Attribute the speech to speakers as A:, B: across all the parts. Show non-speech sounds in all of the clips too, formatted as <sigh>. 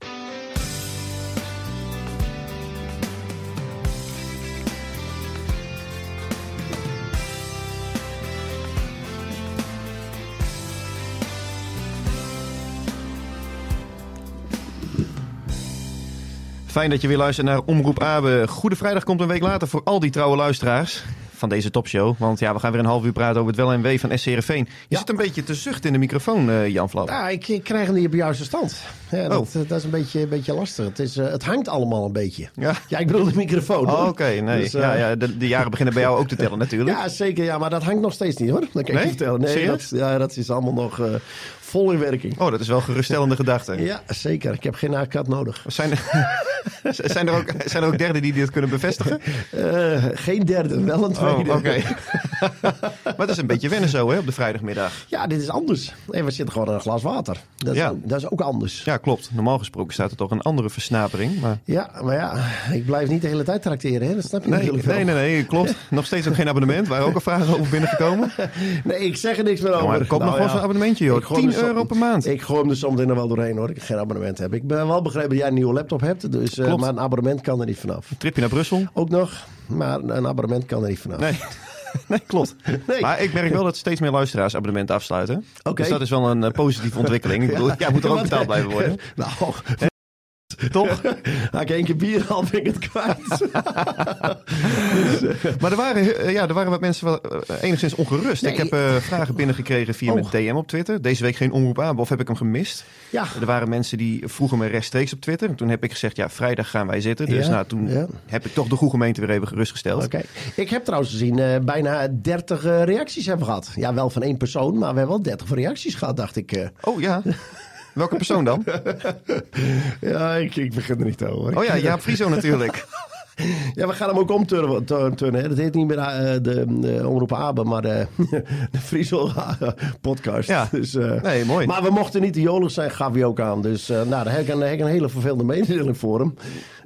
A: 12 points.
B: Fijn dat je weer luistert naar Omroep Abe. Goede vrijdag komt een week later voor al die trouwe luisteraars van deze topshow. Want ja, we gaan weer een half uur praten over het wel en wee van SCRV. Je zit een beetje te zuchten in de microfoon, eh, Jan Flauw.
C: Ja, ik, ik krijg hem niet op de juiste stand. Ja, dat,
B: Oh.
C: eh, dat is een beetje, een beetje lastig. Het, is, eh, het hangt allemaal een beetje.
B: Ja.
C: ik bedoel de microfoon.
B: Oh,
C: hoor.
B: Oké, nee.
C: Dus, eh,
B: ja, ja, de, de jaren beginnen bij jou ook te
C: <laughs>
B: tellen natuurlijk.
C: ja, zeker. Ja, maar dat hangt nog steeds niet hoor. Dat kan
B: Nee?
C: ik je vertellen. Nee,
B: Serieus?
C: dat, ja, dat is allemaal nog eh, vol in werking.
B: Oh, dat is wel een geruststellende gedachte.
C: Ja, zeker. Ik heb geen haarkat nodig.
B: Zijn, er- <laughs> zijn, er ook, zijn er ook derden die dit kunnen
C: <laughs>
B: bevestigen?
C: Eh, geen derde, wel een
B: Oh,
C: tweede.
B: oké. <laughs> maar het is een beetje wennen zo hè, op de vrijdagmiddag.
C: Ja, dit is anders. En we zitten gewoon aan een glas water. Dat is,
B: Ja.
C: dat is ook anders.
B: Ja, klopt. Normaal gesproken staat er toch een andere versnapering. Maar...
C: Ja, maar ja, ik blijf niet de hele tijd tracteren. Hè? Dat snap je
B: Nee,
C: natuurlijk wel.
B: nee, nee,
C: <laughs>
B: nee, klopt. Nog steeds ook geen abonnement. Waren ook al vragen over binnengekomen.
C: Nee, ik zeg er niks meer over. Nou
B: maar koop nog wel eens een abonnementje, joh.
C: Ik gooi
B: 10
C: hem er som-
B: euro per maand.
C: Ik gooi hem er soms nog wel doorheen, hoor. Ik geen abonnement heb. Ik ben wel begrepen dat jij een nieuwe laptop hebt. Dus, eh,
B: Klopt.
C: maar een abonnement kan er niet vanaf.
B: Tripje naar Brussel.
C: Ook nog, maar een abonnement kan er niet vanaf. <laughs>
B: Nee. Nee, klopt.
C: Nee.
B: Maar ik merk wel dat steeds meer luisteraars abonnementen afsluiten.
C: Oké.
B: Dus dat is wel een eh, positieve
C: <laughs>
B: ontwikkeling. Ik bedoel, jij moet er ook
C: Wat-
B: betaald blijven worden.
C: <laughs> nou,
B: <laughs> Toch?
C: <laughs> haak één keer bier al, ben ik het
B: <laughs>
C: kwijt.
B: Maar er waren, eh, ja, er waren wat mensen wel, eh, enigszins ongerust.
C: Nee. Oh.
B: Ik heb eh, vragen binnengekregen via mijn DM op Twitter. Deze week geen omroep aan, of heb ik hem gemist?
C: Ja.
B: Er waren mensen die vroegen me rechtstreeks op Twitter. En toen heb ik gezegd, ja, vrijdag gaan wij zitten. Dus
C: Ja,
B: nou, toen
C: ja.
B: heb ik toch de goede gemeente weer even gerustgesteld.
C: Oké. Ik heb trouwens gezien, eh, bijna 30 eh, reacties hebben we gehad. Ja, wel van één persoon, maar we hebben wel 30 reacties gehad, dacht ik. eh. <laughs>
B: Oh ja, welke persoon dan?
C: Ja, ik, ik begin er niet over.
B: Oh ja, Jaap Frieso natuurlijk.
C: Ja, we gaan hem ook omturnen. turn- turnen, hè. Dat heet niet meer eh, de, de Omroep Abe, maar de, <laughs> de Friesel eh, podcast.
B: Ja.
C: Dus, eh,
B: Nee, mooi.
C: Maar we mochten niet de jolig zijn, gaf hij ook aan. Dus eh, nou, daar heb, ik een, daar heb ik een hele vervelende mededeling voor hem.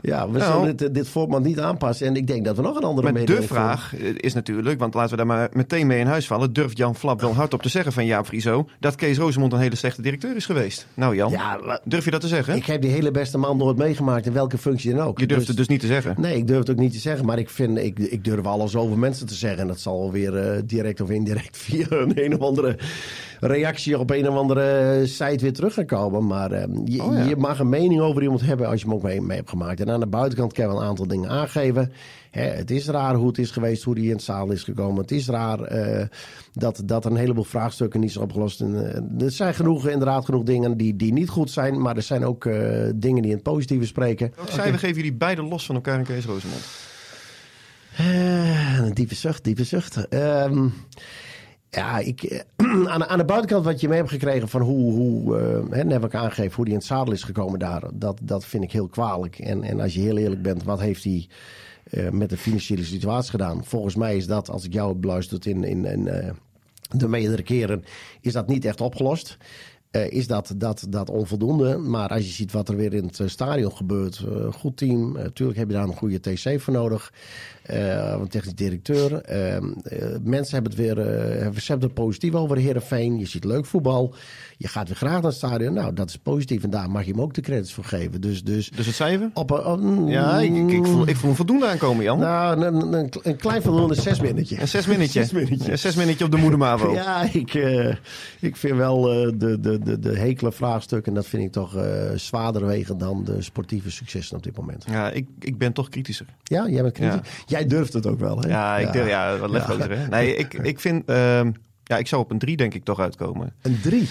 C: Ja, we
B: Nou.
C: zullen eh, dit, dit format niet aanpassen. En ik denk dat we nog een andere
B: Maar de
C: mededeling voor
B: vraag eh, is natuurlijk, want laten we daar maar meteen mee in huis vallen. Durft Jan Flap wel hardop te zeggen van Jaap Frieso dat Kees Rosemond een hele slechte directeur is geweest? Nou Jan,
C: Ja, maar-
B: durf je dat te zeggen?
C: hem. Ik heb die hele beste man nooit meegemaakt, in welke functie dan ook.
B: Je durft het dus niet te zeggen.
C: Nee, ik durf het ook niet te zeggen, maar ik, vind, ik, ik durf alles over mensen te zeggen. En dat zal weer eh, direct of indirect <laughs> via een, een of andere reactie op een of andere eh, site weer terug gaan komen. Maar eh, je,
B: Oh ja.
C: je mag een mening over iemand hebben als je hem ook mee, mee hebt gemaakt. En aan de buitenkant kan je wel een aantal dingen aangeven. Hè, het is raar hoe het is geweest, hoe die in het zaal is gekomen. Het is raar eh, dat, dat een heleboel vraagstukken niet zijn opgelost. En, eh, er zijn genoeg, inderdaad genoeg dingen die, die niet goed zijn, maar er zijn ook eh, dingen die in het positieve spreken.
B: Ook zij, we geven jullie beide los van elkaar en Kees Rosemond.
C: Eh, een diepe zucht, diepe zucht. Ehm, ja, ik, eh, <clears throat> aan, de- aan de buitenkant wat je mee hebt gekregen van hoe, hoe eh, hè, net heb ik aangegeven, hoe die in het zadel is gekomen daar. Dat, dat vind ik heel kwalijk. En, en als je heel eerlijk bent, wat heeft hij eh, met de financiële situatie gedaan? Volgens mij is dat, als ik jou heb beluisterd in, in, in eh, de meerdere keren, is dat niet echt opgelost. Eh, is dat, dat, dat onvoldoende. Maar als je ziet wat er weer in het eh, stadion gebeurt. eh, goed team. eh, tuurlijk heb je daar een goede TC voor nodig. eh, of een technisch directeur. Eh, eh, mensen hebben het weer. eh, hebben- ze hebben het positief over Herenveen. Je ziet leuk voetbal. Je gaat weer graag naar het stadion. Nou, dat is positief. En daar mag je hem ook de credits voor geven. Dus, dus
B: Dus het cijfer?
C: op een. op-
B: Ja, ik, ik, ik voel, ik voel een voldoende aankomen Jan.
C: Nou, een, een- een, een klein voldoende zes minnetje. <laughs>
B: Een zes minnetje.
C: Zes minnetje.
B: Een zes minnetje op de moedermavo.
C: Ja, ik, eh, ik vind wel eh, de, de, de, de hekele vraagstukken. En dat vind ik toch eh, zwaarder wegen dan de sportieve successen op dit moment.
B: Ja, ik, ik ben toch kritischer.
C: Ja, jij bent kritisch. Jij durft het ook wel, hè?
B: Ja, ik durf, ja wat legt
C: Ja.
B: ook hè? Nee, ik, ik vind... ehm, ja, ik zou op een 3 denk ik toch uitkomen.
C: Een drie.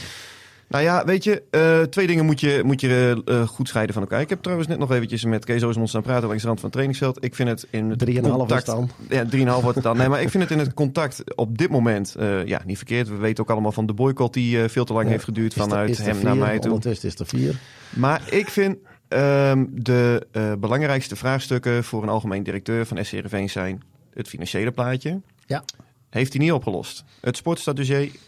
B: Nou ja, weet je, eh, twee dingen moet je, moet je eh, eh, goed scheiden van elkaar. Ik heb trouwens net nog eventjes met Kees Oosmond staan praten langs de rand van het trainingsveld. Ik vind het in het
C: Drieënhalf is
B: contact...
C: het dan.
B: Ja, 3,5 wordt het dan. Nee, maar ik vind het in het contact op dit moment eh, ja, niet verkeerd. We weten ook allemaal van de boycott die eh, veel te lang heeft geduurd
C: Is er-
B: vanuit
C: is er
B: hem
C: vier,
B: naar mij toe.
C: Ondertussen is er vier.
B: Maar ik vind ehm, de eh, belangrijkste vraagstukken voor een algemeen directeur van SCRV zijn het financiële plaatje.
C: Ja,
B: Heeft hij niet opgelost. Het sportstatuut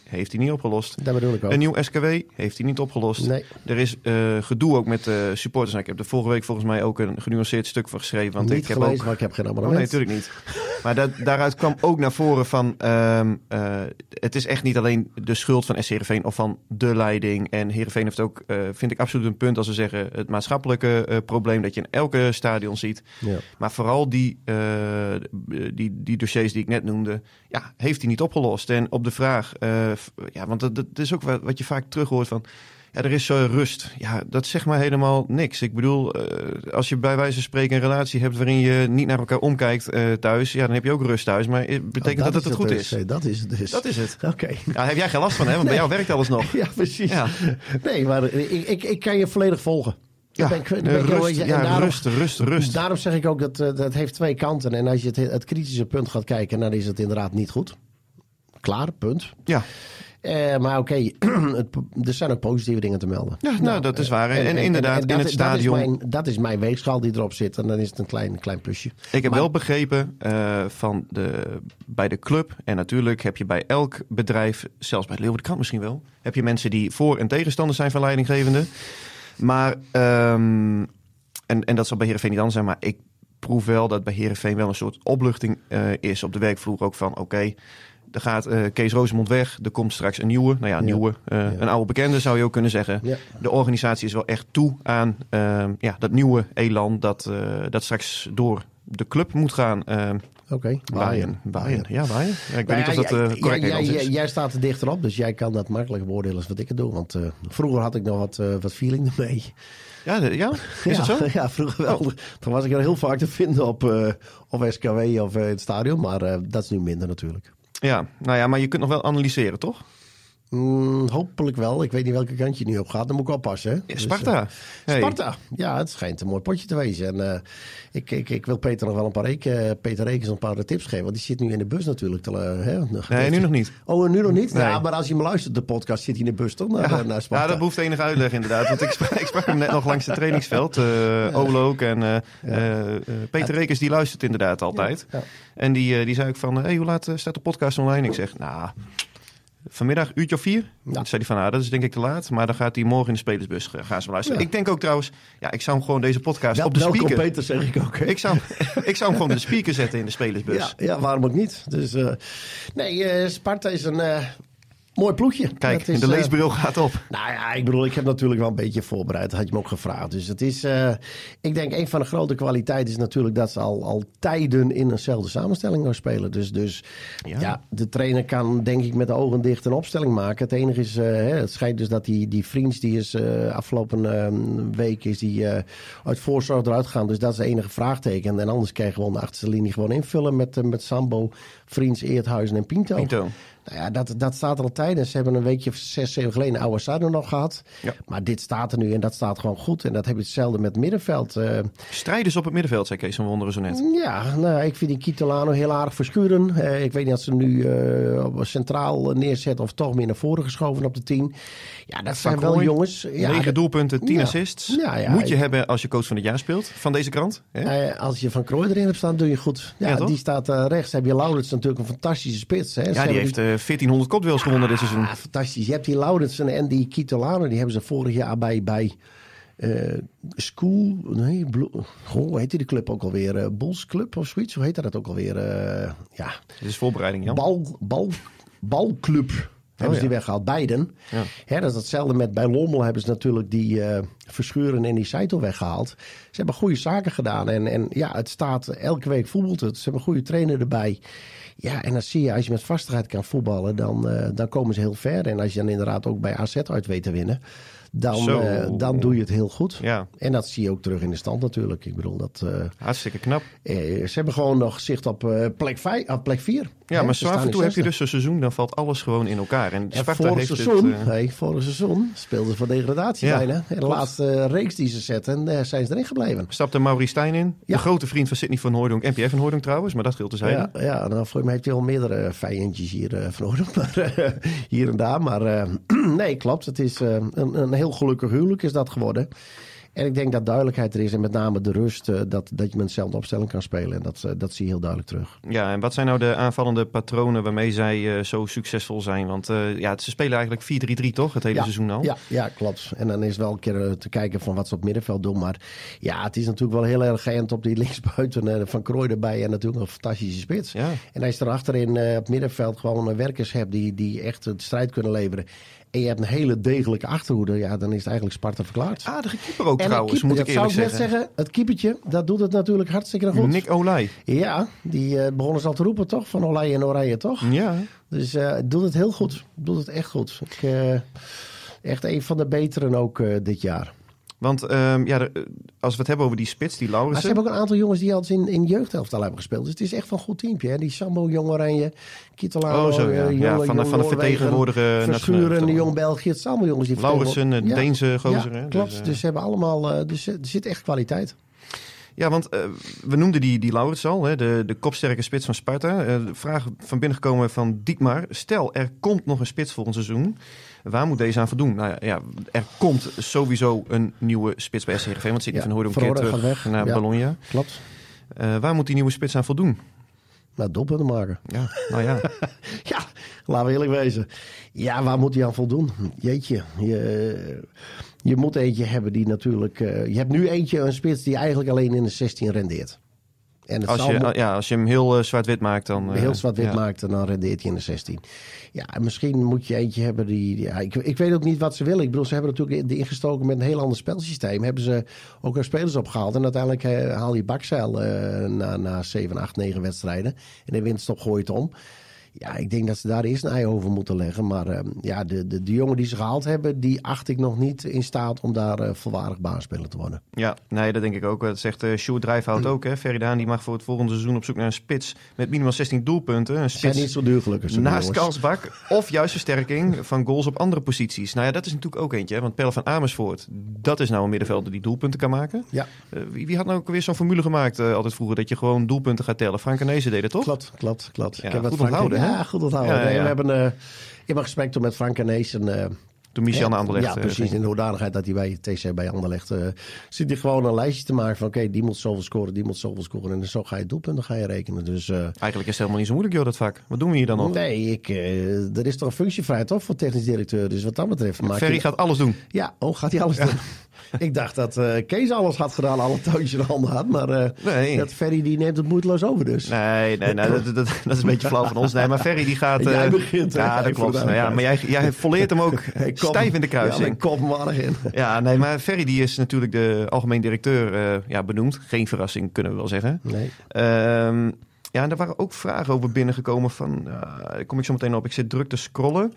B: heeft hij niet opgelost.
C: dat bedoel ik ook.
B: Een nieuw SKW heeft hij niet opgelost.
C: Nee.
B: Er is eh, gedoe ook met eh, supporters. Nou, ik heb er vorige week volgens mij ook een genuanceerd stuk van geschreven. Want
C: Niet
B: ik heb
C: gelezen,
B: ook
C: maar ik heb geen
B: Oh, nee,
C: abonnement.
B: natuurlijk niet. Maar dat, daaruit kwam ook naar voren van... ehm, eh, het is echt niet alleen de schuld van SC Heerenveen of van de leiding. En Heerenveen heeft ook, eh, vind ik absoluut een punt als we zeggen... het maatschappelijke eh, probleem dat je in elke stadion ziet.
C: Ja.
B: Maar vooral die, eh, die, die dossiers die ik net noemde... Ja, heeft hij niet opgelost. En op de vraag... eh, f- ja, want dat, dat is ook wat, wat je vaak terug hoort van... Ja, er is eh, rust. Ja, dat zegt maar helemaal niks. Ik bedoel, eh, als je bij wijze van spreken een relatie hebt waarin je niet naar elkaar omkijkt eh, thuis, ja, dan heb je ook rust thuis. Maar eh, betekent dat, het, goed is?
C: dus. Dat is het dus.
B: Dat is het.
C: Oké. <laughs>
B: Ja, daar heb jij geen last van, hè? Want bij jou werkt alles nog.
C: Ja, precies.
B: Ja.
C: Nee, maar ik, ik, ik kan je volledig volgen.
B: Ja,
C: Daar ben ik- daar
B: eh,
C: ben ik heel-
B: rust,
C: en
B: ja,
C: daarom-
B: rust, rust, rust.
C: Dus Daarom zeg ik ook dat eh, dat heeft twee kanten. En als je het, het kritische punt gaat kijken, dan is het inderdaad niet goed. Klaar, punt.
B: Ja,
C: Eh, maar oké, <clears throat> het- er zijn ook positieve dingen te melden.
B: ja nou, dat is waar. En,
C: eh, En- en-
B: inderdaad,
C: en dat-
B: in het stadion.
C: Dat is, mijn, dat is mijn weegschaal die erop zit. En dan is het een klein, klein plusje.
B: Ik heb wel begrepen eh, van de, bij de club. En natuurlijk heb je bij elk bedrijf, zelfs bij Leeuwarden Krant misschien wel, heb je mensen die voor en tegenstander zijn van leidinggevende. Maar, ehm, en, en dat zal bij Heerenveen niet anders zijn, maar ik proef wel dat bij Heerenveen wel een soort opluchting eh, is op de werkvloer. Ook van, oké, er gaat eh, Kees Rosemond weg, er komt straks een nieuwe. Nou ja, een
C: Ja.
B: nieuwe, eh, een oude bekende zou je ook kunnen zeggen.
C: Ja.
B: De organisatie is wel echt toe aan ehm, ja, dat nieuwe elan dat, eh, dat straks door de club moet gaan. ehm
C: Oké,
B: waaien. Waaien. Ja, waaien. Ja, ik weet niet
C: Nou
B: of dat
C: ja,
B: eh,
C: jij-
B: correct
C: jij,
B: Nederlands
C: jij-
B: is.
C: jij staat er dichterop, dus jij kan dat makkelijk beoordelen als wat ik het doe. Want eh, vroeger had ik nog wat, eh, wat feeling ermee.
B: Ja, de- ja? Is
C: ja,
B: dat zo?
C: <laughs>
B: Oh.
C: Ja, vroeger wel. Toen was ik er heel vaak te vinden op, eh, op SKW of eh, het stadion. Maar eh, dat is nu minder natuurlijk.
B: Ja, nou ja, maar je kunt nog wel analyseren, toch?
C: Mm, hopelijk wel. Ik weet niet welke kant je nu op gaat. Dan moet ik oppassen. Hè? Dus,
B: Sparta.
C: eh,
B: Hey.
C: Sparta. Ja, het schijnt een mooi potje te wezen. En eh, ik, ik, ik wil Peter nog wel een paar reken, eh, Peter Rekens een paar tips geven. Want die zit nu in de bus natuurlijk. Te, eh, hè?
B: Nee, nu nog niet.
C: Oh, en nu nog niet?
B: Nee.
C: Ja, maar als je me luistert, de podcast zit hij in de bus toch? Naar,
B: Ja,
C: naar Sparta.
B: ja, dat behoeft enige uitleg inderdaad. Want ik sprak, ik sprak hem net nog langs het trainingsveld. eh Olo ook en eh, eh, eh, Peter Rekers, die luistert inderdaad altijd.
C: Ja.
B: En die, eh, die zei ook van, hey, hoe laat eh, staat de podcast online? Ik zeg, nou, vanmiddag uurtje of vier. Toen zei hij van, nou, dat is denk ik te laat. Maar dan gaat hij morgen in de spelersbus eh, gaan ze hem luisteren.
C: Ja.
B: Ik denk ook trouwens, ja, ik zou hem gewoon deze podcast
C: Wel-
B: op de
C: welkom
B: speaker...
C: Peter, zeg ik ook. hè?
B: Ik zou, ik zou hem gewoon op de speaker zetten in de spelersbus.
C: ja, ja, waarom ook niet? Dus, eh, nee, eh, Sparta is een eh, mooi ploegje.
B: Kijk,
C: Dat is,
B: de
C: eh,
B: leesbril gaat op.
C: Nou ja, ik bedoel, ik heb natuurlijk wel een beetje voorbereid. Dat had je me ook gevraagd. Dus het is, eh, ik denk, een van de grote kwaliteiten is natuurlijk dat ze al, al tijden in eenzelfde samenstelling gaan spelen. Dus, dus
B: Ja.
C: ja. de trainer kan denk ik met de ogen dicht een opstelling maken. Het enige is, eh, hè, het schijnt dus dat die, die vriends die is eh, afgelopen eh, week is die eh, uit voorzorg eruit gaan. Dus dat is het enige vraagteken. En anders krijgen we gewoon de achterste linie gewoon invullen met, eh, met Sambo, Vriends, Eerthuizen en Pinto.
B: Pinto.
C: Nou ja, dat, dat staat er al tijdens. Ze hebben een weekje of zes, zeven geleden oude Sarno nog gehad.
B: Ja.
C: Maar dit staat er nu en dat staat gewoon goed. En dat heb je hetzelfde met middenveld. Eh,
B: Strijders op het middenveld, zei Kees van Wonderen zo net.
C: ja, nou, ik vind die Kitolano heel aardig verschuren. Eh, ik weet niet of ze hem nu eh, op- centraal neerzetten of toch meer naar voren geschoven op de tien. Ja, dat zijn wel
B: Kooi,
C: jongens. Ja,
B: 9
C: dat-
B: doelpunten, 10
C: Ja. Nou
B: assists.
C: Ja, ja,
B: Moet je
C: ik-
B: hebben als je coach van het jaar speelt, van deze krant. Hè?
C: eh, als je Van Krooi erin hebt staan, doe je goed. Ja,
B: Ja, toch?
C: die staat eh, rechts. Heb je Laurits natuurlijk een fantastische spits. Hè? Ze
B: ja,
C: hebben
B: die heeft eh, 1400 kopduels gewonnen dit seizoen.
C: Ah, fantastisch. Je hebt die Laurensen en die Kitolano. Die hebben ze vorig jaar bij, bij eh, School... Nee, Blue, goh, hoe heet die de club ook alweer? Eh Bulls Club of zoiets? Hoe heet dat ook alweer? Eh, ja,
B: Dit is voorbereiding, Jan.
C: bal, bal, Balclub. Hebben ze
B: Oh, ja.
C: die weggehaald. Beiden.
B: Ja.
C: Hè, dat is hetzelfde met bij Lommel hebben ze natuurlijk die eh, Verschuren en die Seitel weggehaald. Ze hebben goede zaken gedaan. En, en ja, het staat elke week voetbalt het. Ze hebben een goede trainer erbij. Ja, en dan zie je, als je met vastigheid kan voetballen, dan, eh, dan komen ze heel ver. En als je dan inderdaad ook bij AZ uit weet te winnen, dan,
B: Zo.
C: eh, dan doe je het heel goed.
B: Ja.
C: En dat zie je ook terug in de stand natuurlijk. Ik bedoel, dat, eh,
B: Hartstikke knap.
C: eh, ze hebben gewoon nog zicht op eh, plek 4. plek vier.
B: Ja,
C: Hè,
B: maar
C: ze
B: zo af
C: staan
B: en
C: in
B: toe heb je
C: zesde.
B: dus een seizoen, dan valt alles gewoon in elkaar. En
C: En
B: Sparta
C: vorig
B: heeft
C: seizoen,
B: het... eh,
C: nee, vorig seizoen speelden ze voor degradatie
B: Ja,
C: bijna. En de
B: klopt.
C: laatste reeks die ze zetten, eh, zijn ze erin gebleven.
B: stapte Mauri Stijn in.
C: Ja.
B: De grote vriend van Sidney van Hooydonk. NPF van Hooydonk trouwens, maar dat scheelt te zijn.
C: Ja, ja, en dan voor mij heeft hij al meerdere vijandjes hier eh, van orde, <laughs> maar, eh, hier en daar. Maar eh, <clears throat> nee, klopt. Het is eh, een, een heel gelukkig huwelijk is dat geworden. En ik denk dat duidelijkheid er is en met name de rust eh, dat, dat je met dezelfde opstelling kan spelen. En dat, eh, dat zie je heel duidelijk terug.
B: Ja, en wat zijn nou de aanvallende patronen waarmee zij eh, zo succesvol zijn? Want eh, ja, ze spelen eigenlijk 4-3-3 toch, het hele
C: ja,
B: seizoen al?
C: Ja, ja, klopt. En dan is wel een keer eh, te kijken van wat ze op middenveld doen. Maar ja, het is natuurlijk wel heel erg geënt op die <laughs> linksbuiten eh, van Krooi erbij. En natuurlijk een fantastische spits.
B: Ja.
C: En als je er achterin eh, op middenveld gewoon eh, werkers hebt die, die echt de strijd kunnen leveren. En je hebt een hele degelijke achterhoede. Ja, dan is het eigenlijk Sparta verklaard.
B: Aardige keeper ook
C: en het
B: trouwens,
C: keeper,
B: moet ik
C: dat zou
B: eerlijk
C: ik net
B: zeggen.
C: zeggen. Het keepertje, dat doet het natuurlijk hartstikke goed.
B: Nick Olij.
C: Ja, die eh, begonnen ze al te roepen toch? Van Olij en Oranje toch?
B: Ja.
C: Dus eh doet het heel goed. Doet het echt goed. Ik, eh, echt een van de beteren ook eh, dit jaar.
B: Want ehm, ja, er- eh, als we het hebben over die spits, die
C: Maar ze
B: Laurensen.
C: hebben ook een aantal jongens die al eens in, in jeugdhelftal hebben gespeeld. Dus het is echt wel een goed teamje. Hè? Die Sambo, Jong Oranje, Kittelaro,
B: Oh, zo, ja.
C: eh,
B: Ja,
C: Jong-
B: van de- van de
C: Jong Noorwegen,
B: vertegenwoordige
C: Verschuren,
B: nationale-
C: de Jong België. Het zijn allemaal jongens die
B: Laurensen, eh,
C: vertegenwoordigen-
B: Deense gozer,
C: Ja,
B: hè?
C: klopt.
B: Dus,
C: Dus,
B: eh.
C: ze hebben allemaal... eh, dus er zit echt kwaliteit.
B: Ja, want eh, we noemden die, die Laurits al, hè, de, de kopsterke spits van Sparta. Eh, de vraag van binnengekomen van Dietmar. Stel, er komt nog een spits volgend seizoen. Waar moet deze aan voldoen? Nou ja, ja, er komt sowieso een nieuwe spits bij SCRV. Want Sidney
C: Ja,
B: van Hooydonk
C: Van
B: keert
C: Hooydonk
B: terug
C: gaat weg,
B: naar
C: ja.
B: Bologna.
C: Klopt.
B: Eh, waar moet die nieuwe spits aan voldoen?
C: Nou, doelpunten maken.
B: Ja, nou
C: <laughs>
B: ja.
C: Ja, laten we eerlijk wezen. Ja, waar moet hij aan voldoen? Jeetje. Je, je moet eentje hebben die natuurlijk... eh, je hebt nu eentje, een spits die eigenlijk alleen in de 16 rendeert. En het
B: Als
C: zal
B: je,
C: mo-
B: ja, als je hem heel eh, zwart-wit maakt, dan... eh,
C: heel zwart-wit
B: ja.
C: maakt en dan rendeert hij in de 16. Ja, en misschien moet je eentje hebben die... die- Ja, ik, ik weet ook niet wat ze willen. Ik bedoel, ze hebben natuurlijk de ingestoken met een heel ander spelsysteem. Hebben ze ook hun spelers opgehaald. En uiteindelijk eh, haal je bakzeil eh, na, na 7, 8, 9 wedstrijden. En de winststop gooit om. Ja, ik denk dat ze daar eerst een ei over moeten leggen. Maar eh, ja, de, de, de jongen die ze gehaald hebben, die acht ik nog niet in staat om daar eh, volwaardig baanspeler te worden.
B: Ja, nee, dat denk ik ook. Dat zegt eh Sjoerd Drijfhout ook. Hè. Feridaan die mag voor het volgende seizoen op zoek naar een spits met minimaal 16 doelpunten. Een
C: Ze zijn
B: spits
C: niet zo duur gelukkig. zo'n
B: Naast
C: jongens.
B: Kalsbak of juist versterking van goals op andere posities. Nou ja, dat is natuurlijk ook eentje. hè, Want Pelle van Amersfoort, dat is nou een middenvelder die doelpunten kan maken.
C: Ja,
B: Eh, wie, wie had nou ook weer zo'n formule gemaakt eh, altijd vroeger? Dat je gewoon doelpunten gaat tellen. Frank Arnezen deed het toch?
C: Klopt, klopt, klopt.
B: Ja, goed
C: Frank-
B: onthouden, hè?
C: Ja, goed onthouden.
B: Ja, ja,
C: Nee,
B: ja.
C: We hebben eh, ik heb een gesprek toen met Frank en Nees. En, eh,
B: Toen Michel
C: hè,
B: naar Anderlecht.
C: Ja,
B: eh,
C: precies.
B: ging.
C: In de hoedanigheid dat hij bij TC bij Anderlecht eh, zit hij gewoon een lijstje te maken van oké, die moet zoveel scoren, die moet zoveel scoren. En zo ga je doelpunten ga je rekenen. Dus eh,
B: Eigenlijk is het helemaal niet zo moeilijk, joh, dat vak. Wat doen we hier dan op?
C: nee, ik, eh, er is toch een functie vrij toch voor technisch directeur. Dus wat dat betreft maak
B: Ferry
C: je...
B: gaat alles doen.
C: Ja, oh, gaat hij alles doen? <laughs> ik dacht dat eh, Kees alles had gedaan, alle touwtjes in handen had. Maar eh,
B: Nee.
C: dat Ferry die neemt het moedeloos over dus.
B: Nee, nee, nee dat, dat, dat is een beetje flauw van ons. Nee, maar Ferry die gaat... eh,
C: <laughs> Jij begint, hè?
B: Ja, dat
C: Hij
B: klopt.
C: voelt
B: Nou ja,
C: aan.
B: maar jij, jij volleert hem
C: <laughs>
B: ook
C: Hey, kop-
B: stijf in de
C: Ja,
B: kruising.
C: mijn kop maar in.
B: Ja, nee, maar Ferry die is natuurlijk de algemeen directeur eh, ja, benoemd. Geen verrassing, kunnen we wel zeggen.
C: Nee.
B: Ehm, ja, en daar waren ook vragen over binnengekomen van... ja, daar kom ik zo meteen op. Ik zit druk te scrollen.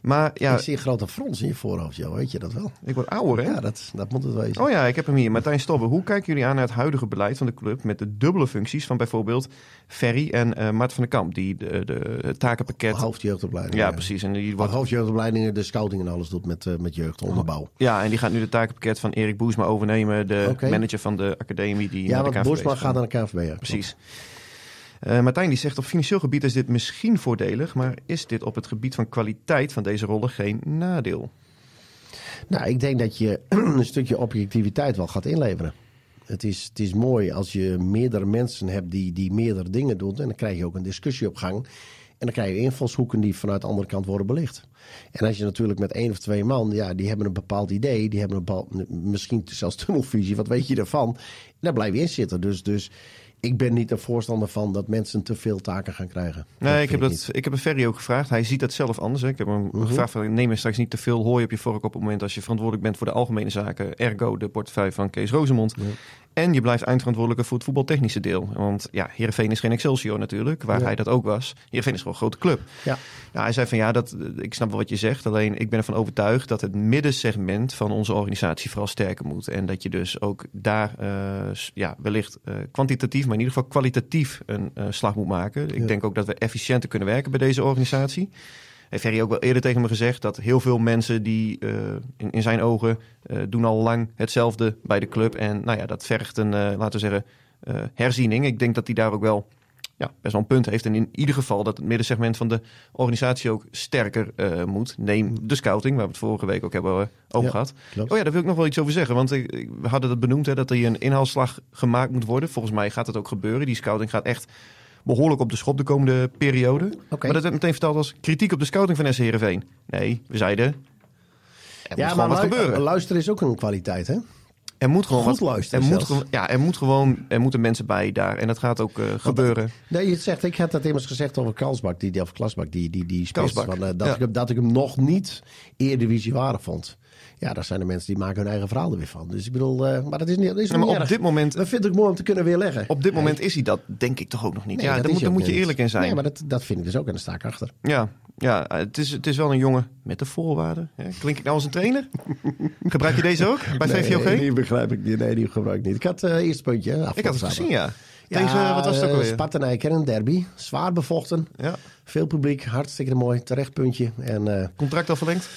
B: Maar ja,
C: Ik zie een grote frons in je voorhoofd, joh. Weet je dat wel?
B: ik word ouder, hè?
C: Ja, dat, dat moet het wezen.
B: Oh ja, ik heb hem hier. Martijn Stobbe, hoe kijken jullie aan naar het huidige beleid van de club... met de dubbele functies van bijvoorbeeld Ferry en eh Mart van der Kamp... die de, de, het takenpakket...
C: Hoofdjeugdopleiding.
B: ja, precies. En die
C: Eh, Wat
B: wordt
C: hoofdjeugdopleidingen, de scouting en alles doet met, eh, met jeugd, onderbouw.
B: Ja, en die gaat nu de takenpakket van Erik Boesma overnemen. De
C: Oké.
B: manager van de academie. Die
C: Ja,
B: naar de
C: want
B: KNVB is
C: Boersma
B: gegaan.
C: gaat naar de KVB. ja.
B: Precies. Eh, Martijn die zegt op financieel gebied is dit misschien voordelig, maar is dit op het gebied van kwaliteit van deze rollen geen nadeel?
C: Nou, ik denk dat je <clears throat> een stukje objectiviteit wel gaat inleveren. Het is, het is mooi als je meerdere mensen hebt die, die meerdere dingen doen. En dan krijg je ook een discussie op gang. En dan krijg je invalshoeken die vanuit de andere kant worden belicht. En als je natuurlijk met één of twee man, ja, die hebben een bepaald idee. Die <laughs> hebben een bepaald, misschien zelfs tunnelvisie. Wat weet je daarvan? En daar blijf je in zitten. Dus, dus ik ben niet een voorstander van dat mensen te veel taken gaan krijgen.
B: Nee, ik heb,
C: vind
B: dat,
C: niet. Mhm.
B: ik heb een Ferry ook gevraagd. Hij ziet dat zelf anders. Hè. Ik heb hem gevraagd: van, neem er straks niet te veel hooi op je vork op het moment als je verantwoordelijk bent voor de algemene zaken. Ergo, de portefeuille van Kees Rozemond. En je blijft eindverantwoordelijke voor het voetbaltechnische deel. Want ja, Heerenveen is geen Excelsior natuurlijk, waar
C: Ja.
B: hij dat ook was. Heerenveen is gewoon een grote club.
C: Ja.
B: Ja, Nou, hij zei van ja, dat, ik snap wel wat je zegt. Alleen ik ben ervan overtuigd dat het middensegment van onze organisatie vooral sterker moet. En dat je dus ook daar eh, s- ja, wellicht eh, kwantitatief, maar in ieder geval kwalitatief een eh, slag moet maken. Ik
C: Ja.
B: denk ook dat we efficiënter kunnen werken bij deze organisatie. Heeft Ferry ook wel eerder tegen me gezegd dat heel veel mensen die eh, in, in zijn ogen eh, doen al lang hetzelfde bij de club. En nou ja, dat vergt een, eh, laten we zeggen, eh, herziening. Ik denk dat hij daar ook wel ja, best wel een punt heeft. En in ieder geval dat het middensegment van de organisatie ook sterker eh, moet. Neem de scouting, waar we het vorige week ook hebben eh, over
C: Ja,
B: gehad.
C: klopt.
B: Oh ja, daar wil ik nog wel iets over zeggen. Want eh, ik- ik- we hadden dat benoemd, hè, dat er een inhaalslag gemaakt moet worden. Volgens mij gaat dat ook gebeuren. Die scouting gaat echt behoorlijk op de schop de komende periode. Maar dat werd meteen verteld als kritiek op de scouting van SC Heerenveen. Nee, we zeiden, er moet
C: Ja,
B: gewoon
C: maar
B: wat
C: lu-
B: gebeuren.
C: luisteren is ook een kwaliteit, hè?
B: Er moet gewoon
C: Goed
B: wat,
C: luisteren
B: Er moet,
C: zelfs.
B: gewoon- ja, er moet gewoon, er moeten mensen bij daar. En dat gaat ook eh, gebeuren.
C: Nee, je zegt, ik had dat immers gezegd over Kalsbak, die, die- of Klasbak, die, die, die spits.
B: Kalsbak,
C: van, eh, dat,
B: ja.
C: ik, hem- dat ik hem nog niet eredivisiewaardig vond. Ja, dat zijn de mensen die maken hun eigen verhaal er weer van. Dus ik bedoel, eh, maar dat is niet, dat is
B: Ja, maar
C: niet
B: op
C: erg.
B: dit moment-
C: Dat vind ik mooi om te kunnen weerleggen.
B: Op dit moment is hij dat, denk ik toch ook nog niet.
C: Nee,
B: ja,
C: dat is
B: daar moet,
C: hij
B: daar
C: ook
B: moet je
C: niet.
B: eerlijk in zijn.
C: Nee, maar dat, dat vind ik dus ook en daar sta ik achter.
B: Ja, ja het, is, het is wel een jongen met de voorwaarden. Hè? Klink ik nou als een <laughs> trainer? Gebruik je deze ook bij VVOG?
C: Nee, die begrijp ik niet. Nee, die gebruik ik niet. Ik had eh eerst een puntje. hè,
B: ik had het
C: afgelopen
B: gezien, ja.
C: zaterdag.
B: Tegen, wat was het ook
C: eh,
B: alweer?
C: Sparta Nijker, een derby. Zwaar bevochten.
B: Ja.
C: Veel publiek, hartstikke mooi. Terecht puntje. En eh,
B: Contract al verlengd?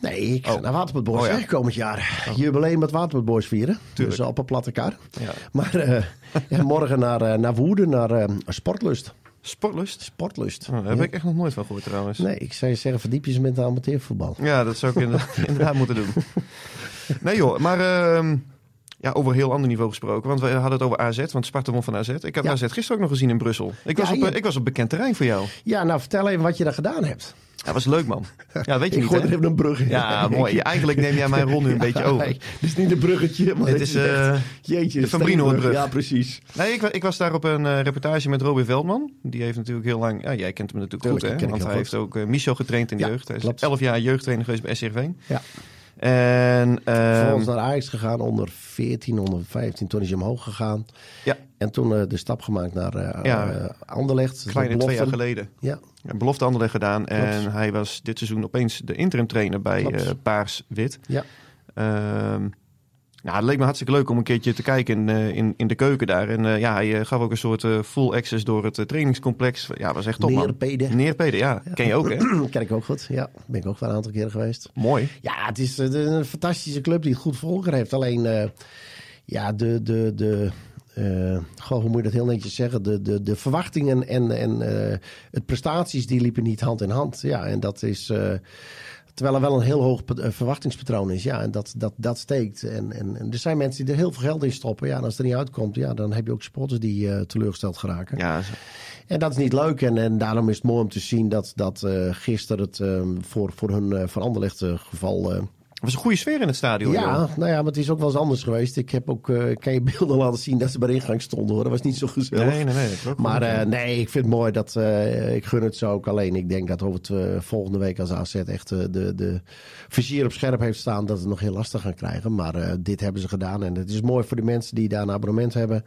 C: Nee, ik ga
B: Oh.
C: naar Waterport Boys
B: Oh ja.
C: hè, komend jaar. Jubileum met Waterport Boys vieren.
B: Tuurlijk.
C: Dus op een platte kar.
B: Ja.
C: Maar
B: <laughs>
C: eh, en morgen naar, eh, naar Woerden, naar eh, Sportlust.
B: Sportlust?
C: Sportlust.
B: Oh, daar heb ik echt nog nooit van gehoord trouwens.
C: Nee, ik zou je zeggen, verdiep je ze met de amateurvoetbal.
B: Ja, dat zou ik
C: <laughs>
B: inderdaad, inderdaad moeten doen. Nee joh, maar ehm, ja, over een heel ander niveau gesproken. Want we hadden het over AZ, want Sparta won van AZ. Ik heb
C: Ja.
B: AZ gisteren ook nog gezien in Brussel. Ik,
C: Ja,
B: was, op,
C: je-
B: eh, ik was op bekend terrein voor jou.
C: Ja, nou vertel even wat je daar gedaan hebt.
B: Dat was leuk man. Ja, weet je
C: ik
B: niet
C: gooi
B: hè?
C: er even een brug in. <laughs>
B: Ja, mooi. Ja, Eigenlijk neem jij mijn rol nu een beetje over.
C: Het is niet een bruggetje, maar
B: Dit
C: het
B: is,
C: is echt-
B: eh,
C: jeetje,
B: de Van Brienoordbrug.
C: Ja, precies.
B: Nee, ik, wa- ik was daar op een eh, reportage met Robin Veldman. Die heeft natuurlijk heel lang... Ja, jij kent hem natuurlijk
C: Tuurlijk,
B: goed,
C: ik
B: hè?
C: ken
B: Want
C: hem
B: hij
C: heel
B: heeft ook eh, Michel getraind in de
C: Ja,
B: jeugd. Hij is
C: klopt.
B: elf jaar jeugdtrainer geweest bij SCRV.
C: Ja.
B: E En... ehm,
C: Vervolgens naar Ajax gegaan, onder 14, onder 15. Toen is hij omhoog gegaan.
B: ja,
C: En toen eh, de stap gemaakt naar eh
B: Ja.
C: eh, Anderlecht. Dat
B: kleine twee
C: belofte.
B: jaar geleden.
C: Ja,
B: Een belofte anderleg gedaan. En hij was dit seizoen opeens de interim trainer bij
C: Klopt.
B: eh, Paars-Wit.
C: ja.
B: Ehm, nou, het leek me hartstikke leuk om een keertje te kijken in, eh, in, in de keuken daar. En eh, ja, hij eh, gaf ook een soort eh, full access door het eh, trainingscomplex. Ja, was echt top, man.
C: Neerpede.
B: Neerpede, ja. Ken je ook,
C: <clears throat>
B: hè?
C: Ken ik ook goed. Ja, ben ik ook wel een aantal keren geweest.
B: Mooi.
C: Ja, het is eh, de- een fantastische club die het goed volger heeft. Alleen, eh, ja, de... de, de eh, goh, hoe moet je dat heel netjes zeggen? De, de, de verwachtingen en, en eh, het prestaties die liepen niet hand in hand. Ja, en dat is... eh, Terwijl er wel een heel hoog pe- eh, verwachtingspatroon is. Ja, en dat, dat, dat steekt. En, en, en er zijn mensen die er heel veel geld in stoppen. Ja, en als het er niet uitkomt, ja, dan heb je ook supporters die eh, teleurgesteld geraken.
B: Ja,
C: En dat is niet leuk. En, en daarom is het mooi om te zien dat, dat eh, gisteren het eh, voor, voor hun eh voor Anderlecht eh, geval. eh,
B: Het was een goede sfeer in het stadion. joh.
C: ja, nou ja, maar het is ook wel eens anders geweest. Ik heb ook, eh, ik kan je <laughs> beelden laten zien dat ze bij de ingang stonden hoor. Dat was niet zo gezellig.
B: Nee, nee, nee. dat klopt.
C: Maar eh, nee, ik vind het mooi dat eh, ik gun het ze ook. Alleen ik denk dat over het eh, volgende week als AZ echt eh, de, de vizier op scherp heeft staan, dat ze het nog heel lastig gaan krijgen. Maar eh, dit hebben ze gedaan. En het is mooi voor de mensen die daar een abonnement hebben,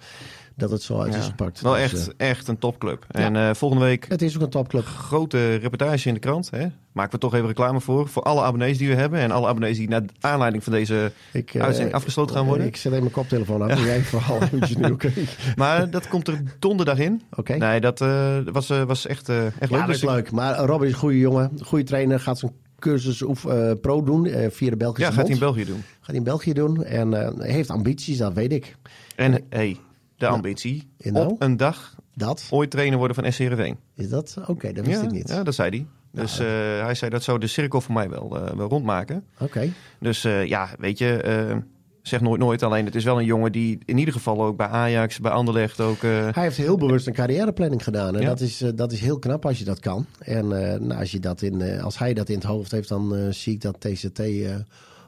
C: dat het zo uit is
B: Ja.
C: gepakt.
B: Wel
C: Dus,
B: echt,
C: eh,
B: echt een topclub. En eh, volgende week
C: het is ook een topclub.
B: grote reportage in de krant. Hè? Maken we toch even reclame voor. Voor alle abonnees die we hebben. En alle abonnees die naar aanleiding van deze
C: Ik, eh,
B: uitzending afgesloten gaan worden.
C: Ik zet even mijn koptelefoon
B: <laughs>
C: af. Doe Jij vooral eventjes nu, oké?
B: Maar dat komt er donderdag in.
C: Oké.
B: Nee, dat eh, was, eh, was echt, eh, echt leuk.
C: Ja, dat is
B: Dus ik-
C: leuk. Maar Robin is een goede jongen. Goede trainer. Gaat zijn cursus of, eh, pro doen eh, via de Belgische
B: Ja, gaat hij in
C: bond.
B: België doen.
C: Gaat hij in België doen. En eh, heeft ambities, dat weet ik.
B: En hey, de ambitie.
C: en nou?
B: Op een dag
C: Dat,
B: ooit trainer worden van SC Heerenveen.
C: is dat? Oké, dat wist
B: Ja,
C: ik niet.
B: ja, dat zei hij. Dus eh, hij zei dat zou de cirkel voor mij wel, eh, wel rondmaken.
C: Oké.
B: Dus eh, ja, weet je, eh, zeg nooit nooit. Alleen het is wel een jongen die in ieder geval ook bij Ajax, bij Anderlecht ook... eh,
C: Hij heeft heel bewust een carrièreplanning gedaan. En
B: Ja.
C: dat, is, eh, dat is heel knap als je dat kan. En eh, nou, als, je dat in, eh, als hij dat in het hoofd heeft, dan eh, zie ik dat TCT eh,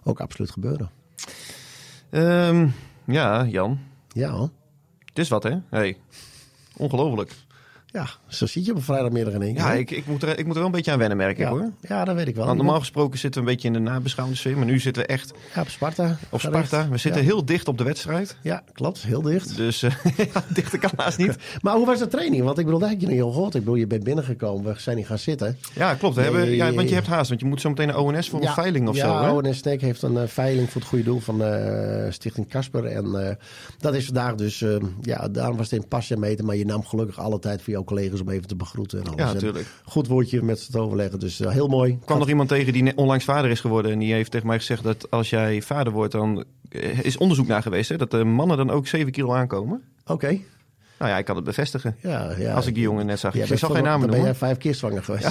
C: ook absoluut gebeuren.
B: ehm, ja, Jan.
C: Ja hoor.
B: Het is wat, hè? Hey. Ongelooflijk.
C: Ja, zo zie je hem vrijdagmiddag in één keer.
B: Ja, ik, ik, moet er, ik moet er wel een beetje aan wennen, merk ik
C: ja.
B: hoor.
C: Ja, dat weet ik wel.
B: Want normaal gesproken zitten we een beetje in de nabeschouwende sfeer. Maar nu zitten we echt
C: Ja, op Sparta.
B: op Sparta. We zitten
C: ja.
B: heel dicht op de wedstrijd.
C: Ja, klopt. Heel dicht.
B: Dus eh <laughs> ja, dichter kan haast niet.
C: Maar hoe was de training? Want ik bedoel, daar heb je nog niet al gehoord. Ik bedoel, je bent binnengekomen. We zijn hier gaan zitten.
B: Ja, klopt. We
C: Nee,
B: hebben, ja,
C: nee,
B: want je
C: nee.
B: hebt haast. Want je moet zo meteen naar ONS voor een veiling of
C: ja,
B: zo. Hè?
C: ONS Snack heeft een eh, veiling voor het goede doel van eh, Stichting Casper. En eh, dat is vandaag dus, eh, ja, daarom was het in passie meten. Maar je nam gelukkig alle tijd voor jouw collega's om even te begroeten. En alles.
B: Ja,
C: En
B: tuurlijk.
C: Goed woordje met ze te overleggen. Dus eh, heel mooi.
B: Er kwam nog iemand tegen die ne- onlangs vader is geworden. En die heeft tegen mij gezegd dat als jij vader wordt, dan eh, is onderzoek naar geweest. Hè, dat de mannen dan ook 7 kilo aankomen.
C: Oké.
B: Nou ja, ik kan het bevestigen.
C: Ja, ja.
B: Als ik die jongen net zag.
C: Ja,
B: ik zal geen namen
C: Dan ben
B: noemen.
C: jij vijf keer zwanger geweest.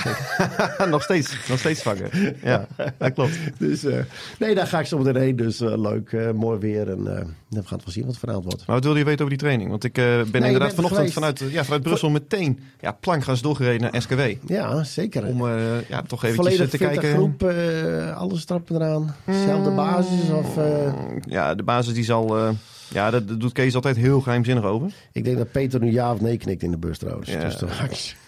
B: <laughs> nog steeds. Nog steeds vangen. Ja, dat klopt.
C: dus eh, nee, daar ga ik zo meteen heen. Dus eh, leuk, eh, mooi weer. En eh, we gaan het wel zien wat het vanavond wordt.
B: Maar wat wilde je weten over die training? Want ik eh, ben
C: bent
B: inderdaad
C: er
B: vanochtend
C: geweest.
B: vanuit, eh, ja, vanuit Brussel meteen ja, plankgas doorgereden naar SKW.
C: Ja, zeker.
B: Om eh, ja, toch eventjes eh,
C: Volledig
B: te
C: fitte
B: kijken.
C: groep, eh alles trappen eraan. Zelfde basis of... eh,
B: Mm, Ja, de basis die zal... eh, ja, dat, dat doet Kees altijd heel geheimzinnig over.
C: Ik denk dat Peter nu ja of nee knikt in de bus trouwens.
B: Ja.
C: Dus <laughs> dan-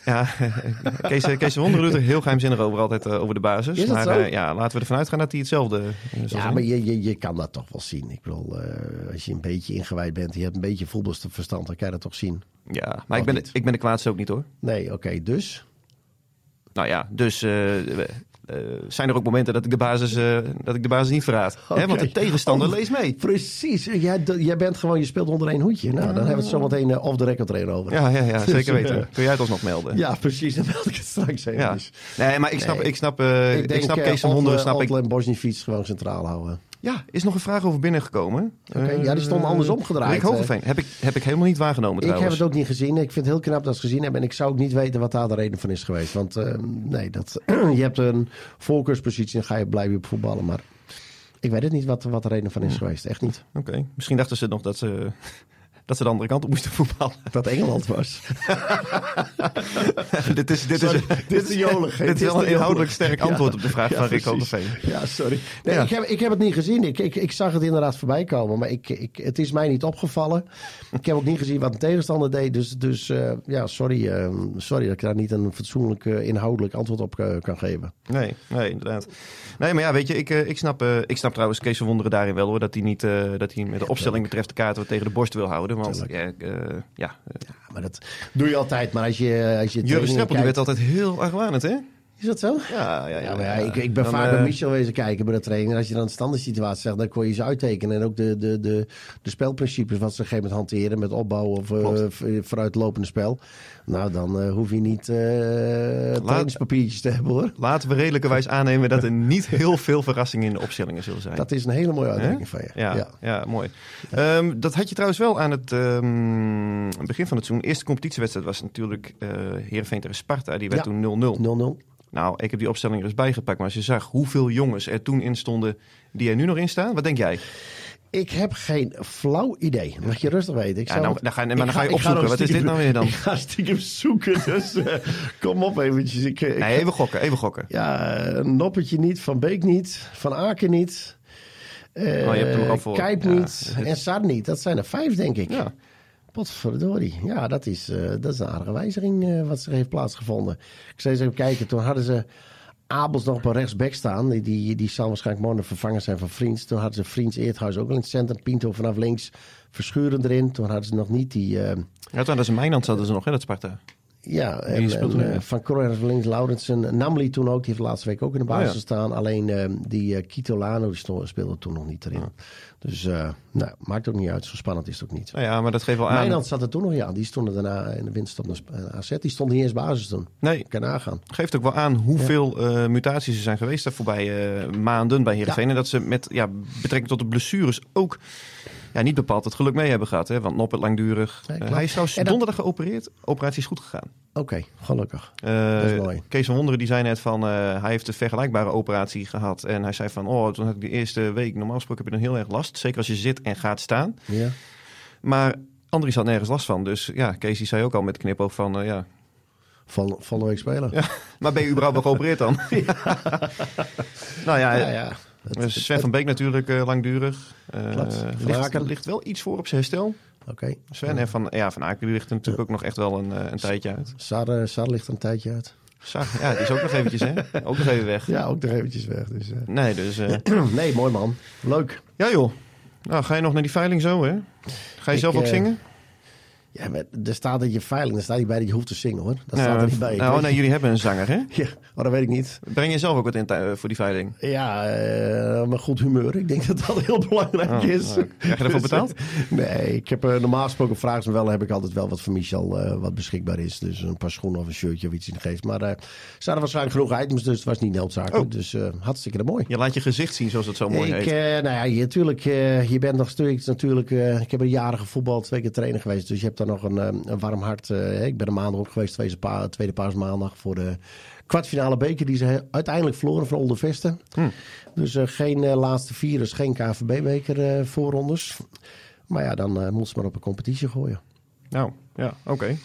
B: Ja, <laughs> Kees, eh, Kees de Wonder doet er heel geheimzinnig over altijd eh, over de basis.
C: Is dat
B: maar
C: zo?
B: eh, ja, laten we ervan uitgaan dat hij hetzelfde eh, zal
C: ja,
B: zijn.
C: maar je, je, je kan dat toch wel zien. Ik bedoel, eh, als je een beetje ingewijd bent, je hebt een beetje voetbalverstand, dan kan je dat toch zien.
B: ja, maar ik ben, de-
C: niet.
B: ik ben de kwaadste ook niet hoor.
C: Nee, oké, dus.
B: Nou ja, dus eh, eh, zijn er ook momenten dat ik de basis, eh, dat ik de basis niet verraad. Hè,
C: Oké.
B: want de
C: <laughs>
B: tegenstander
C: Oh.
B: leest mee.
C: Precies, jij, d- jij bent gewoon, je speelt onder één hoedje. Nou, dan hebben we het zo meteen eh, off the record trainer over.
B: Ja, ja, ja
C: <laughs> Dus,
B: zeker weten.
C: eh,
B: Kun jij het alsnog melden?
C: ja, precies, dan meld ik het straks even.
B: Ja.
C: Dus.
B: Nee, maar ik snap,
C: Nee.
B: ik snap, eh, ik snap Kees van Wonderen.
C: eh,
B: Snap ik.
C: en Bosnifiets gewoon centraal houden.
B: Ja, is nog een vraag over binnengekomen. Eh,
C: Oké, ja, die stonden anders omgedraaid, eh.
B: Rick Hovenveen. Heb ik, heb ik helemaal niet waargenomen
C: Ik heb
B: trouwens.
C: het ook niet gezien. Ik vind het heel knap dat ze het gezien hebben. En ik zou ook niet weten wat daar de reden van is geweest. Want eh, nee, dat, <clears throat> je hebt een voorkeurspositie en ga je blijven op voetballen. Maar ik weet het niet wat, wat de reden van
B: Hmm.
C: is geweest. Echt niet.
B: Oké, misschien dachten ze nog dat ze, <laughs> dat ze de andere kant op moesten voetballen. <laughs>
C: Dat Engeland was.
B: dit is, dit is, <laughs>
C: dit is jolig. hè?
B: dit is
C: te
B: wel een
C: jolig.
B: inhoudelijk sterk antwoord
C: Ja,
B: op de vraag
C: ja,
B: van Rick
C: precies.
B: Hovenveen.
C: Ja, sorry. Nee,
B: Ja.
C: Ik, heb, ik heb het niet gezien. Ik, ik, ik zag het inderdaad voorbij komen. Maar ik, ik, het is mij niet opgevallen. Ik heb ook niet gezien wat een tegenstander deed. Dus, dus eh, ja, sorry, eh, sorry dat ik daar niet een fatsoenlijk eh, inhoudelijk antwoord op eh, kan geven.
B: Nee, nee, inderdaad. Nee, maar ja, weet je, ik, eh, ik, snap, eh, ik snap trouwens Kees van Wonderen daarin wel hoor. Dat hij, niet, eh, dat hij met de opstelling betreft de kaarten wat tegen de borst wil houden. Want ja, ik, eh, ja, eh,
C: Ja, maar dat doe je altijd. Maar als je, als je
B: Jurgen
C: trainingen
B: Streppel die
C: kijkt-
B: werd altijd heel argwanend, hè?
C: Is dat zo?
B: Ja, ja,
C: Ja, maar ja, ik, ik ben
B: Dan,
C: vaak
B: eh,
C: bij Michel wezen kijken bij de training. En als je dan een standaard situatie zegt, dan kon je ze uittekenen. En ook de, de, de, de spelprincipes wat ze op een gegeven moment hanteren met opbouw of eh,
B: Klopt.
C: v- vooruitlopende spel. Nou, dan eh, hoef je niet eh trainingspapiertjes te hebben hoor.
B: Laten we redelijkerwijs aannemen dat er niet heel veel verrassingen in de opstellingen zullen zijn.
C: Dat is een hele mooie
B: Hè?
C: uitdrukking van je.
B: Ja, ja. mooi. Ehm, dat had je trouwens wel aan het ehm, begin van het seizoen. De eerste competitiewedstrijd was natuurlijk eh Heerenveen tegen Sparta. Die werd
C: Ja.
B: toen 0-0.
C: 0-0.
B: Nou, ik heb die opstelling er eens bijgepakt. Maar als je zag hoeveel jongens er toen in stonden die er nu nog in staan. Wat denk jij?
C: Ik heb geen flauw idee. Mag je rustig weten. Ik
B: Ja,
C: zou-
B: nou, dan ga je- maar
C: ik
B: dan ga je
C: ik
B: opzoeken.
C: nog
B: Wat is
C: stiekem-
B: dit nou weer
C: <laughs>
B: dan?
C: Ik ga stiekem zoeken. Dus eh, kom op eventjes. Ik, ik-
B: Nee, even gokken, even gokken.
C: Ja, eh, Noppetje niet, Van Beek niet, Van Aken niet. eh,
B: Oh, je hebt hem er al voor.
C: Kijp
B: Ja, <laughs>
C: niet
B: dit-
C: en Sar niet. Dat zijn er vijf, denk ik.
B: Ja.
C: Potverdorie. Ja, dat is, eh, dat is een aardige wijziging eh, wat er heeft plaatsgevonden. Ik zou eens even kijken. Toen hadden ze Abels nog op een rechtsback staan. Die, die, die zal waarschijnlijk morgen vervangen zijn van Vriends. Toen hadden ze Vriends Eerthuis ook al in het centrum. Pinto vanaf links. Verschuren erin. Toen hadden ze nog niet die... eh,
B: Ja, toen, dat is in Mijnland zaten ze nog, hè, dat Sparta.
C: ja,
B: Die
C: en,
B: speelt
C: en,
B: er,
C: eh,
B: ja.
C: Van Kroijers, links, Laurensen. Namli toen ook, die heeft laatste week ook in de basis
B: Oh ja.
C: gestaan. Alleen eh, die eh, Kito Lano die sto- speelde toen nog niet erin. Dus eh, nou, maakt ook niet uit, zo spannend is het ook niet.
B: Nou ja, maar dat geeft wel aan.
C: Mijnland zat er toen nog, Oh, ja. Die stonden daarna in de winst op AZ. Die stond niet eens basis toen.
B: Nee,
C: Kan nagaan.
B: geeft ook wel aan hoeveel eh, mutaties er zijn geweest de voorbije eh, maanden bij Heerenveen. En dat ze met ja, betrekking tot de blessures ook ja, niet bepaald het geluk mee hebben gehad. Hè? Want Noppet langdurig.
C: Nee,
B: Eh,
C: klopt.
B: hij is trouwens
C: En dat-
B: donderdag geopereerd. Operatie is goed gegaan.
C: Oké, gelukkig.
B: Eh,
C: Dat is mooi.
B: Kees van Wonderen die zei net van, eh, hij heeft een vergelijkbare operatie gehad. En hij zei van, oh, toen had ik de eerste week, normaal gesproken heb je dan heel erg last. Zeker als je zit en gaat staan.
C: Ja.
B: Maar Andries had nergens last van. Dus ja, Kees die zei ook al met knipoog van, eh, ja.
C: Vol, volgende week spelen.
B: ja. Maar ben je überhaupt wel geopereerd
C: <laughs>
B: dan? ja. Nou ja,
C: Ja, ja.
B: Eh, Sven van Beek natuurlijk eh, langdurig. Eh,
C: Klopt.
B: ligt,
C: Vaker.
B: ligt wel iets voor op zijn herstel.
C: Oké.
B: Sven en Van, ja, van Aken die ligt er natuurlijk ook nog echt wel een, eh, een tijdje uit.
C: Sar, eh, Sar ligt er een tijdje uit.
B: Sa- Ja, die is ook nog eventjes, hè?
C: <laughs>
B: Ook nog even weg.
C: Ja, ook nog eventjes weg. Dus, eh.
B: Nee, dus... eh,
C: <clears throat> nee, mooi man. Leuk.
B: ja joh. Nou, ga je nog naar die veiling zo, hè? Ga je
C: Ik,
B: zelf ook
C: eh,
B: zingen?
C: Ja, maar er staat dat je veiling, er staat niet bij dat je hoeft te zingen hoor. Dat
B: Nou,
C: staat er niet bij. Ik
B: nou,
C: weet-
B: nee, jullie hebben een zanger, hè?
C: ja, oh, dat weet ik niet.
B: Breng je zelf ook wat in thui- eh, voor die veiling?
C: Ja, eh, mijn goed humeur. Ik denk dat dat heel belangrijk
B: Oh,
C: is.
B: nou, krijg je daarvoor betaald?
C: nee, ik heb eh, normaal gesproken vragen ze wel. Heb ik altijd wel wat van Michel eh, wat beschikbaar is. Dus een paar schoenen of een shirtje of iets in de geest. Maar eh er zaten waarschijnlijk genoeg items, dus het was niet
B: Oh.
C: noodzakelijk. Dus eh, hartstikke mooi.
B: Je laat je gezicht zien, zoals dat zo mooi
C: Ik,
B: heet.
C: eh, nou ja, je, tuurlijk, eh, je bent nog steeds natuurlijk. eh, ik heb een jaren gevoetbald, twee keer trainer geweest. Dus je hebt daar nog een, eh, een warm hart. eh, ik ben een maandag ook geweest, tweede, pa, tweede paasmaandag. Voor de kwartfinale beker die ze uiteindelijk verloren van Olde Vesten.
B: Hm.
C: Dus eh, geen eh, laatste vier, dus geen KVB-beker eh, voorrondes. Maar ja, dan eh moet ze maar op een competitie gooien.
B: Nou, ja, oké.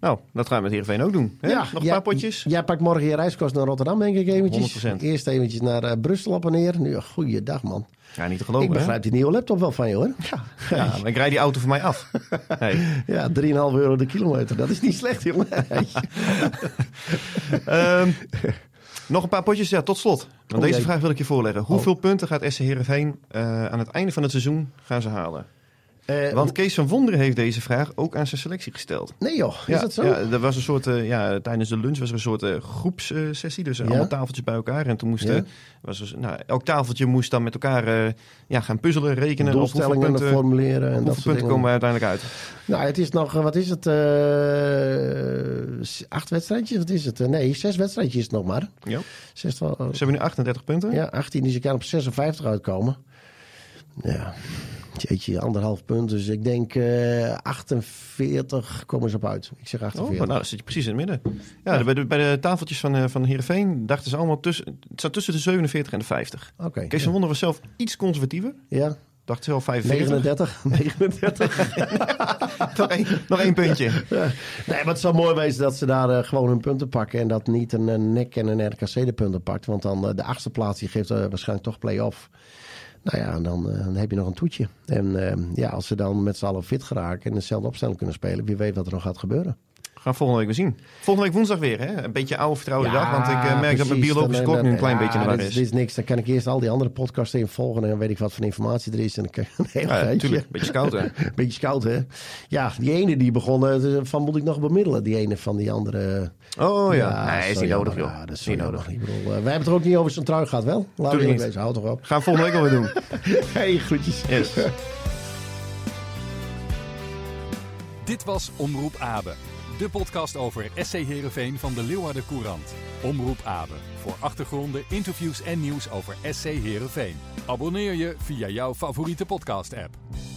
B: Nou, dat gaan we met Heerenveen ook doen. Hè?
C: Ja,
B: nog een
C: jij-
B: paar potjes?
C: Jij pakt morgen je reiskost naar Rotterdam, denk ik eventjes.
B: 100%.
C: Eerst eventjes naar eh, Brussel op en neer. Nu, goeiedag man.
B: Ja, niet te geloven,
C: ik
B: hè?
C: begrijp die nieuwe laptop wel van je hoor. Ja.
B: Ja, maar ik rijd die auto van mij
C: <laughs>
B: af. Hey.
C: Ja, 3,5 euro de kilometer. Dat is niet slecht,
B: <laughs>
C: jongen.
B: Ehm, nog een paar potjes, ja, tot slot. Want
C: Oh,
B: deze
C: jee.
B: vraag wil ik je voorleggen. Hoeveel punten gaat SC Heerenveen eh, aan het einde van het seizoen gaan ze halen?
C: Eh,
B: Want Kees van Wonderen heeft deze vraag ook aan zijn selectie gesteld.
C: nee joh, is
B: ja,
C: dat zo?
B: Ja, er was een soort, eh, ja, tijdens de lunch was er een soort eh, groepssessie. Dus eh,
C: Ja.
B: allemaal tafeltjes bij elkaar. En toen moesten,
C: Ja.
B: was dus, nou, elk tafeltje moest dan met elkaar eh, ja, gaan puzzelen, rekenen. op hoeveel
C: Doelstellingen
B: punten,
C: formuleren en dat
B: hoeveel
C: soort
B: punten
C: dingen.
B: komen we uiteindelijk uit.
C: Nou, het is nog, eh, wat is het? eh, s- acht wedstrijdjes? Wat is het? Eh, nee, zes wedstrijdjes is het nog maar.
B: Ja.
C: Zes, wel- eh,
B: Ze hebben nu 38 punten.
C: ja, 18 is ik kan op 56 uitkomen. Ja, jeetje, anderhalf punt. Dus ik denk eh 48 komen ze op uit. Ik zeg
B: Oh,
C: 48.
B: nou, dan zit je precies in het midden. Ja, Bij, de, bij de tafeltjes van, eh van Heerenveen dachten ze allemaal tussen... Het zat tussen de 47 en de 50.
C: Oh, Oké.
B: Kees van Wonder was zelf iets conservatiever.
C: Ja,
B: Dacht zelf 45.
C: <laughs> 39. 39.
B: <laughs> nog, één, nog één puntje.
C: Nee, maar het zou mooi wezen dat ze daar eh, gewoon hun punten pakken. En dat niet een, een NEC en een RKC de punten pakt. Want dan eh, de achtste plaats die geeft eh, waarschijnlijk toch play-off. Nou ja, en dan, eh, dan heb je nog een toetje. En eh, ja, als ze dan met z'n allen fit geraken en dezelfde opstelling kunnen spelen. Wie weet wat er nog gaat gebeuren.
B: We gaan volgende week weer zien. Volgende week woensdag weer, hè? Een beetje oude vertrouwde dag. Want ik eh, merk dat mijn
C: precies.
B: biologische
C: Dan,
B: klok
C: eh,
B: nu een klein
C: ja,
B: beetje naar waar
C: dit
B: is.
C: Dit is niks. Dan kan ik eerst al die andere podcasts in volgen. En dan weet ik wat voor informatie er is. En dan kan ik een
B: Ja,
C: hele <laughs>
B: natuurlijk. Beetje koud, hè?
C: Beetje koud, hè? Ja, die ene die begon, eh, van moet ik nog bemiddelen? Die ene van die andere.
B: Oh ja.
C: Ja,
B: nee, is
C: zo
B: niet
C: jammer.
B: nodig, joh.
C: Ja, dat is
B: niet
C: zo
B: nodig.
C: jammer. Ik bedoel, eh, wij hebben het er ook niet over zijn trui gehad, wel? Laten we
B: Tuurlijk
C: eerlijk
B: niet.
C: zijn, houd toch
B: <laughs>
C: op.
B: Gaan we volgende week alweer doen.
C: Hey, groetjes.
B: Yes.
D: Dit was Omroep Abe. De podcast over SC Heerenveen van de Leeuwarden Courant. Omroep Abe. Voor achtergronden, interviews en nieuws over SC Heerenveen. Abonneer je via jouw favoriete podcast app.